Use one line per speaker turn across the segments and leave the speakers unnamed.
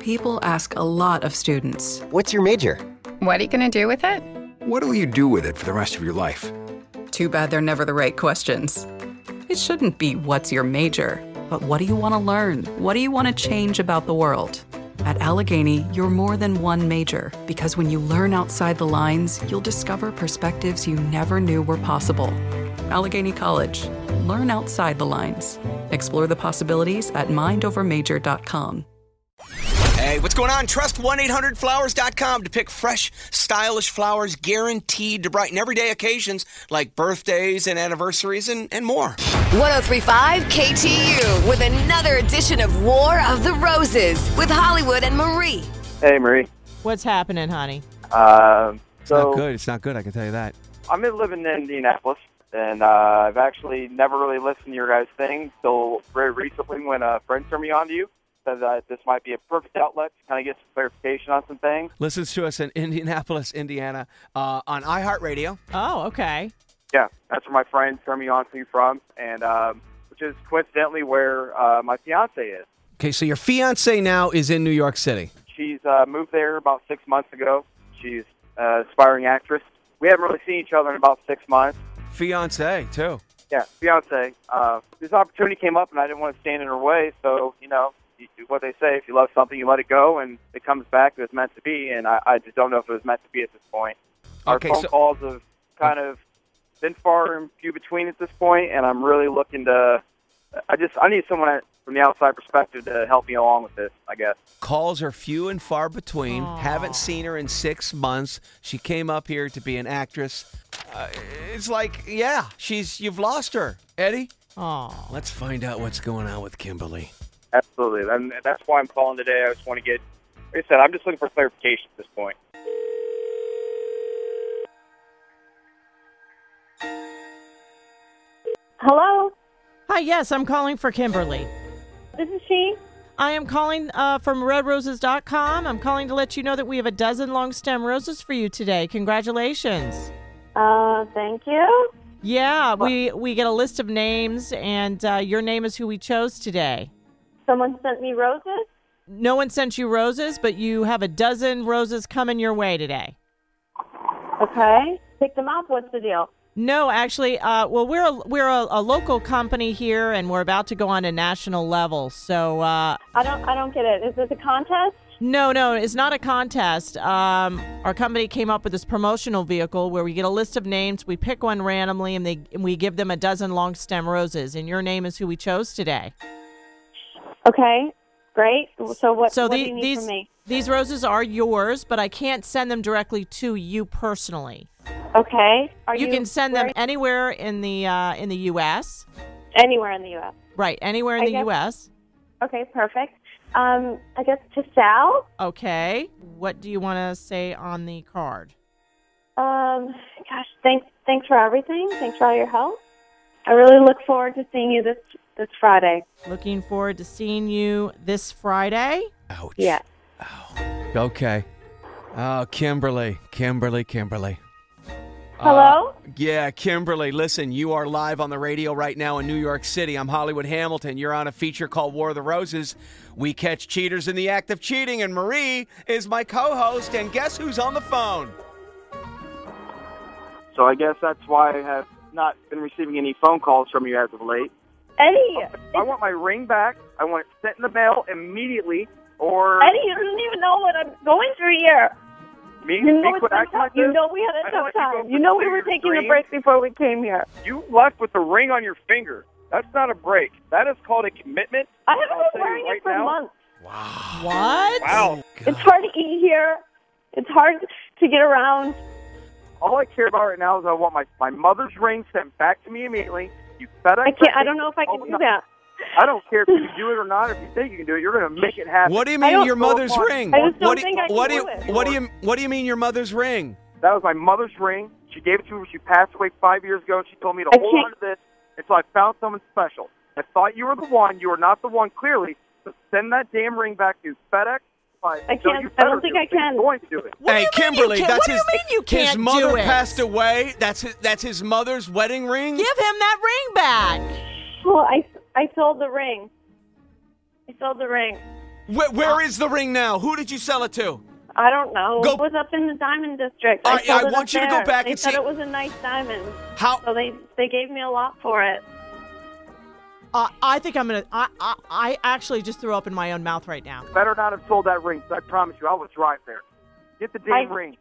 People ask a lot of students.
What's your major?
What are you going to do with it?
What will you do with it for the rest of your life?
Too bad they're never the right questions. It shouldn't be what's your major, but what do you want to learn? What do you want to change about the world? At Allegheny, you're more than one major because when you learn outside the lines, you'll discover perspectives you never knew were possible. Allegheny College. Learn outside the lines. Explore the possibilities at mindovermajor.com.
Hey, what's going on? Trust 1-800-Flowers.com to pick fresh, stylish flowers guaranteed to brighten everyday occasions like birthdays and anniversaries and, and more.
1035 KTU with another edition of War of the Roses with Hollywood and Marie.
Hey, Marie.
What's happening, honey?
Um,
It's
so
not good. It's not good. I can tell you that.
I'm in- living in Indianapolis, and uh, I've actually never really listened to your guys' thing until very recently when a friend turned me on to you. Said that this might be a perfect outlet to kind of get some clarification on some things.
Listens to us in Indianapolis, Indiana, uh, on iHeartRadio.
Oh, okay.
Yeah, that's where my friend turned me on to you from, and um, which is coincidentally where uh, my fiance is.
Okay, so your fiance now is in New York City.
She's uh, moved there about six months ago. She's an aspiring actress. We haven't really seen each other in about six months.
Fiance too.
Yeah, fiance. Uh, this opportunity came up, and I didn't want to stand in her way. So you know you, you- what they say: if you love something, you let it go, and it comes back. It was meant to be, and I, I just don't know if it was meant to be at this point. Our
Okay,
phone
so-
calls have kind of been far and few between at this point, and I'm really looking to. I just I need someone from the outside perspective to help me along with this. I guess.
Calls are few and far between. Haven't seen her in six months. She came up here to be an actress. Uh, it's like, yeah, she's you've lost her, Eddie.
Oh,
Let's find out what's going on with Kimberly.
Absolutely, and that's why I'm calling today. I just want to get, like I said, I'm just looking for clarification at this point.
Hello,
Hi, yes, I'm calling for Kimberly.
this is she.
I am calling uh, from redroses.com. I'm calling to let you know that we have a dozen long stem roses for you today. Congratulations.
Uh, thank you.
Yeah, we, we get a list of names, and uh, your name is who we chose today.
Someone sent me roses.
No one sent you roses, but you have a dozen roses coming your way today.
Okay, pick them up. What's the deal?
No, actually, uh, well, we're a, we're a, a local company here, and we're about to go on a national level. So, uh,
I don't, I don't get it. Is this a contest?
no, no, it's not a contest. Um, our company came up with this promotional vehicle where we get a list of names, we pick one randomly, and, they, and we give them a dozen long stem roses. And your name is who we chose today.
Okay, great. So what?
so
what
the-
do you need
these
from me?
these roses are yours, but I can't send them directly to you personally.
Okay, are
you,
you,
can send
where
them anywhere in the uh, in the U.S.
are you- anywhere in the U.S.
Right, anywhere in
I
the
guess-
U.S.
Okay, perfect. Um, I guess to Sal.
Okay. What do you want to say on the card?
Um, gosh, thanks, thanks for everything. Thanks for all your help. I really look forward to seeing you this this Friday.
Looking forward to seeing you this Friday.
Ouch.
Yeah.
Okay. Oh, Kimberly, Kimberly, Kimberly.
Hello?
Uh, yeah, Kimberly, listen, you are live on the radio right now in New York City. I'm Hollywood Hamilton. You're on a feature called War of the Roses. We catch cheaters in the act of cheating, and Marie is my co host. And guess who's on the phone?
So I guess that's why I have not been receiving any phone calls from you as of late.
Eddie,
oh.
I want my ring back. I want it sent in the mail immediately. Or
Eddie, you don't even know what I'm going through here.
me,
You know,
me
it's
quit acting
tough.
like
you
this.
know we
I
had a tough
don't let you go
time.
for
You know
the
we were
sake of your
taking a
dream.
break before we came here.
You left with the ring on your finger. That's not a break. That is called a commitment.
I
I'll
haven't
tell
been
you
wearing
right
it for
now.
months.
What?
Wow.
It's hard to eat here. It's hard to get around.
All I care about right now is I want my, my mother's ring sent back to me immediately. You FedEx.
I can't. I
it.
don't know if I
Oh,
can
no.
do that.
I don't care if you do it or not. If you think you can do it, you're going to make it
Uh,
happen.
What do you
I
mean
don't-
your mother's
I just
ring?
don't
what do you,
think I can
what do you,
do it.
what do you what do you mean your mother's ring?
That was my mother's ring. She gave it to me when she passed away five years ago. She told me to
I
hold
can't-
on to this until I found someone special. I thought you were the one. You were not the one, clearly. So send that damn ring back to FedX.
I can't- I don't think I can.
Going to do it.
What do
hey,
you mean you
Kimberly,
can't-
that's
what do
his.
you mean you
his
can't
mother
do it?
passed away. That's his, that's his mother's wedding ring.
Give him that ring back.
Well, I I sold the ring. I sold the ring.
Where, where is the ring now? Who did you sell it to?
I don't know.
Go-
It was up in the diamond district.
All
Oh, I,
right,
sold
I
it
want
up
you to go
there.
back
They
and
said
see-
it was a nice diamond.
How-
So they they gave me a lot for it.
Uh, I think I'm gonna. I, I I actually just threw up in my own mouth right now.
Better not have sold that ring. 'cause I promise you, I was right there. Get the damn
I-
ring.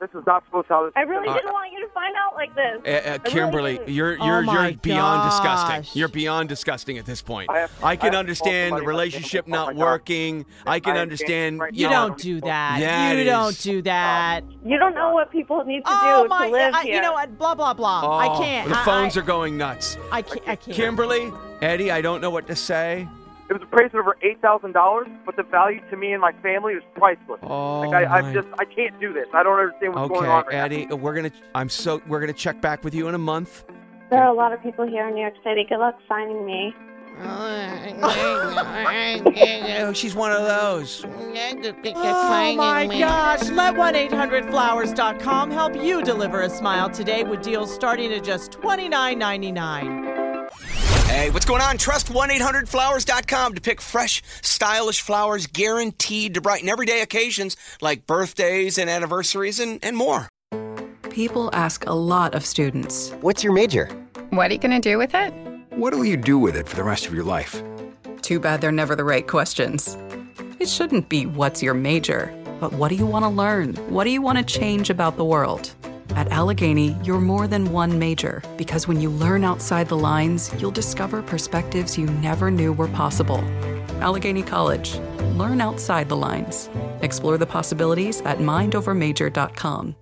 This is not supposed to. How this
I really
Uh,
didn't want you to find out like this.
Uh,
I
uh,
really
Kimberly,
didn't.
you're
Oh
you're
my
you're beyond
gosh.
disgusting. You're beyond disgusting at this point.
I have-
I
I have
can
to
understand
call
the
somebody right now.
relationship
Oh my
not
God.
working. I can
I am
understand.
right
You
No, I
don't
don't
do
think so.
that.
That
you
is-
don't do that.
You don't know what people need to
oh
do
my!
to live
I,
here.
You know what? Blah blah blah.
Oh,
I can't.
The
I-
phones
I,
are going nuts.
I can't. I can't.
Kimberly, Eddie, I don't know what to say.
It was appraised at over eight thousand dollars, but the value to me and my family was priceless.
Oh,
like I,
my.
I just I can't do this. I don't understand what's going
Okay,
on right now.
Eddie, we're gonna. I'm so. We're gonna check back with you in a month.
There are a lot of people here in New York City. Good luck finding me.
Oh, she's one of those.
Oh my gosh. Let 1-800-Flowers.com help you deliver a smile today with deals starting at just $29.99.
Hey, what's going on? Trust 1-800-Flowers.com to pick fresh, stylish flowers guaranteed to brighten everyday occasions like birthdays and anniversaries and, and more.
People ask a lot of students.
What's your major?
What are you going to do with it?
What'll you do with it for the rest of your life?
Too bad they're never the right questions. It shouldn't be what's your major, but what do you want to learn? What do you want to change about the world? At Allegheny, you're more than one major because when you learn outside the lines, you'll discover perspectives you never knew were possible. Allegheny College. Learn outside the lines. Explore the possibilities at mindovermajor.com.